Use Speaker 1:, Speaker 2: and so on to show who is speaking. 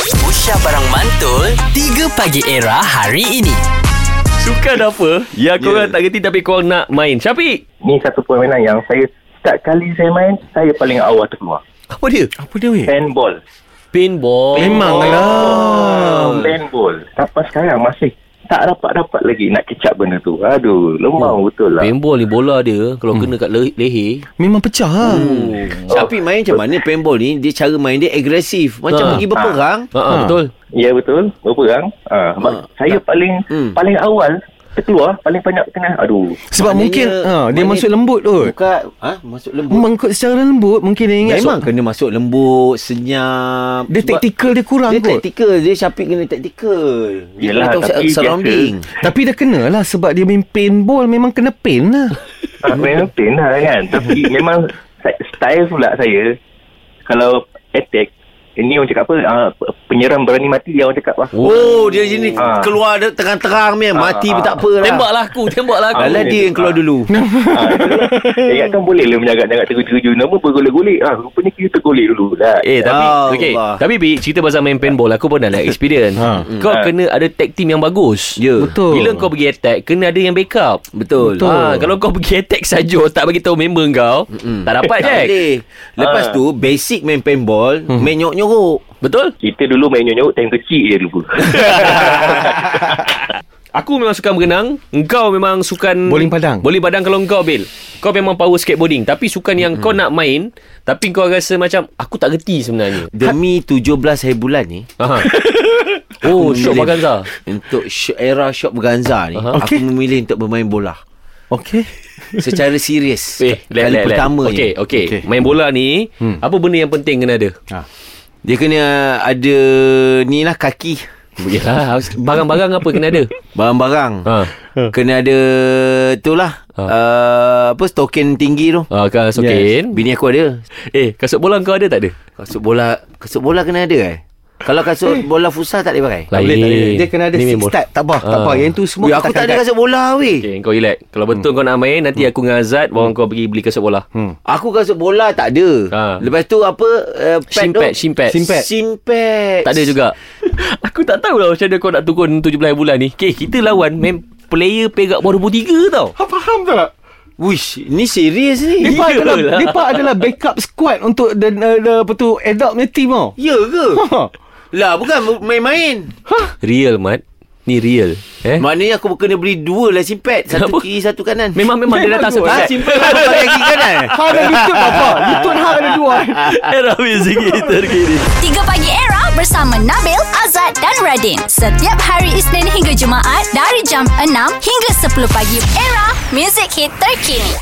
Speaker 1: Aisyah Barang Mantul 3 Pagi Era hari ini
Speaker 2: Sukan apa Yang yeah. Ya,
Speaker 3: Ya.
Speaker 2: korang tak kerti Tapi korang nak main Syafiq
Speaker 4: Ni satu permainan yang saya setiap kali saya main, saya paling awal terkeluar.
Speaker 2: Apa dia?
Speaker 5: Apa dia weh? Ah,
Speaker 4: Handball.
Speaker 2: Pinball
Speaker 5: oh.
Speaker 3: lah. Oh.
Speaker 5: Memanglah.
Speaker 4: Handball. Sampai sekarang masih tak dapat-dapat lagi nak kecap benda tu.
Speaker 3: Oh.
Speaker 4: Aduh, lemah betul lah.
Speaker 2: Paintball ni bola dia Kalau hmm. kena kat le- leher
Speaker 5: Memang pecah lah.
Speaker 3: Syafiq main macam mana paintball ni Dia cara main dia agresif Macam
Speaker 2: Ha.
Speaker 3: pergi berperang Ah.
Speaker 2: ha, ha,
Speaker 5: Ha.
Speaker 2: Betul
Speaker 4: Ah, Ya betul, berperang. Ha, ha, saya paling
Speaker 3: Hmm.
Speaker 4: paling awal terkeluar, paling banyak kena. Aduh.
Speaker 3: Maknanya-
Speaker 5: Sebab mungkin ha, dia
Speaker 3: maknanya-
Speaker 5: masuk lembut tu.
Speaker 3: Buka ha? Masuk lembut
Speaker 5: Mengikut secara lembut mungkin dia ingat
Speaker 3: Memang
Speaker 5: so-
Speaker 3: kena masuk lembut Oh, Senyap
Speaker 5: dia
Speaker 3: Sebab
Speaker 5: taktikal dia kurang
Speaker 3: Dia
Speaker 5: kot.
Speaker 3: taktikal Dia Syafiq kena taktikal Dia
Speaker 4: Yelah,
Speaker 3: kena tahu
Speaker 4: tapi
Speaker 3: sur- surrounding
Speaker 5: Tapi dia kena lah sebab dia main paintball memang kena pain lah.
Speaker 4: Ha, memang pain lah kan. Tapi memang sa- style pula saya kalau attack ini orang cakap apa ah, pe- penyerang berani mati dia orang cakap lah. apa
Speaker 3: Oh dia jenis
Speaker 4: Ha.
Speaker 3: keluar dia terang-terang ni Mati
Speaker 4: Ha,
Speaker 3: pun
Speaker 4: ha.
Speaker 3: tak apa lah
Speaker 2: Tembaklah aku Tembaklah aku
Speaker 4: Ah,
Speaker 3: Alah dia yang keluar
Speaker 4: Ha.
Speaker 3: dulu
Speaker 4: ha, Ingat kan boleh lah menjaga-jaga terjun-terjun Nama bergolek-golek ha, Rupanya kita tergolek dulu lah
Speaker 2: Eh tapi
Speaker 3: Allah.
Speaker 2: okay. Tapi Bi cerita pasal main paintball Aku pun dah lah experience
Speaker 5: Ha.
Speaker 2: Kau
Speaker 4: Ha.
Speaker 2: kena ada tag team yang bagus
Speaker 3: Ya.
Speaker 5: Betul.
Speaker 2: Bila kau pergi attack Kena ada yang backup
Speaker 3: Betul
Speaker 5: Betul.
Speaker 2: Ha, kalau kau pergi attack saja tak bagi tahu member kau, Mm-mm. tak dapat
Speaker 3: Tak
Speaker 2: Jack.
Speaker 3: boleh Lepas tu Basic main paintball
Speaker 2: Hmm.
Speaker 3: Main nyorok-nyorok
Speaker 2: Betul?
Speaker 4: Kita dulu main nyonyok Time kecil je dulu
Speaker 2: Aku memang sukan berenang, engkau memang sukan
Speaker 5: Bowling padang.
Speaker 2: Bowling padang kalau engkau Bil. Kau memang power skateboarding, tapi sukan yang mm-hmm. kau nak main, tapi kau rasa macam aku tak reti sebenarnya.
Speaker 3: Demi 17 hari bulan ni
Speaker 2: Aha. Ha. Oh,
Speaker 3: aku
Speaker 2: syok
Speaker 3: memilih-
Speaker 2: Baganza.
Speaker 3: Untuk sh- era Syok Baganza ni
Speaker 2: Aha.
Speaker 3: Aku
Speaker 5: Okey.
Speaker 3: memilih untuk bermain bola
Speaker 5: Okey.
Speaker 3: Secara serius
Speaker 2: Eh, let,
Speaker 3: Kali
Speaker 2: let, let.
Speaker 3: pertama
Speaker 2: Okey, okey. Okay. Main bola ni, hmm. apa benda yang penting kena ada?
Speaker 3: Dia kena ada Ni lah kaki
Speaker 2: Yalah, harus- barang-barang apa kena ada?
Speaker 3: Barang-barang
Speaker 2: Ha.
Speaker 3: Kena ada Tu lah
Speaker 2: Ha.
Speaker 3: uh, Apa Stokin tinggi tu
Speaker 2: Ah, kau sokin.
Speaker 3: Bini aku ada
Speaker 2: Eh, kasut bola kau ada tak ada?
Speaker 3: Kasut bola Kasut bola kena ada eh Kalau kasut bola futsal tak boleh pakai
Speaker 2: Lain.
Speaker 5: boleh, tak boleh. Dia kena ada
Speaker 2: Ni main
Speaker 5: six
Speaker 2: bola.
Speaker 5: step. Tak apa, tak apa.
Speaker 2: Ah.
Speaker 5: Yang tu semua
Speaker 3: Weh, aku tak ada kasut bola weh
Speaker 2: Okay, kau relax. Kalau betul hmm. kau nak main, nanti aku dengan Azad bawa kau pergi beli kasut bola. Hmm.
Speaker 3: Aku kasut bola tak ada
Speaker 2: Ha.
Speaker 3: Lepas tu apa uh,
Speaker 2: Shin pad, shin pad.
Speaker 3: Shin pad Shin pad
Speaker 2: Tak ada juga. aku tak tahu lah macam mana kau nak turun 17 bulan ni. Okay, kita lawan main player perak baru 23 tau.
Speaker 5: Ha, faham tak?
Speaker 3: Wish Ni serius ni
Speaker 5: Depa
Speaker 2: Iyalah.
Speaker 5: adalah depa adalah backup squad untuk the, the, the apa tu adult punya team tau.
Speaker 3: Ya ke
Speaker 5: Ha.
Speaker 3: Lah bukan main-main
Speaker 2: Real, Mat. Ni real. Eh?
Speaker 3: Maknanya aku kena beli dua lah shin pad Satu
Speaker 2: Apa?
Speaker 3: kiri satu kanan
Speaker 2: Memang memang dia datang sepakat.
Speaker 5: Memang
Speaker 3: Simpan aku pakai kiri kanan
Speaker 5: Ha ada lutut apa? Lutut ha ada dua.
Speaker 2: Era muzik kita terkini.
Speaker 6: 3 Pagi Era bersama Nabil, Azad dan Radin. Setiap hari Isnin hingga Jumaat dari jam 6 hingga 10 pagi. Era, music hit terkini.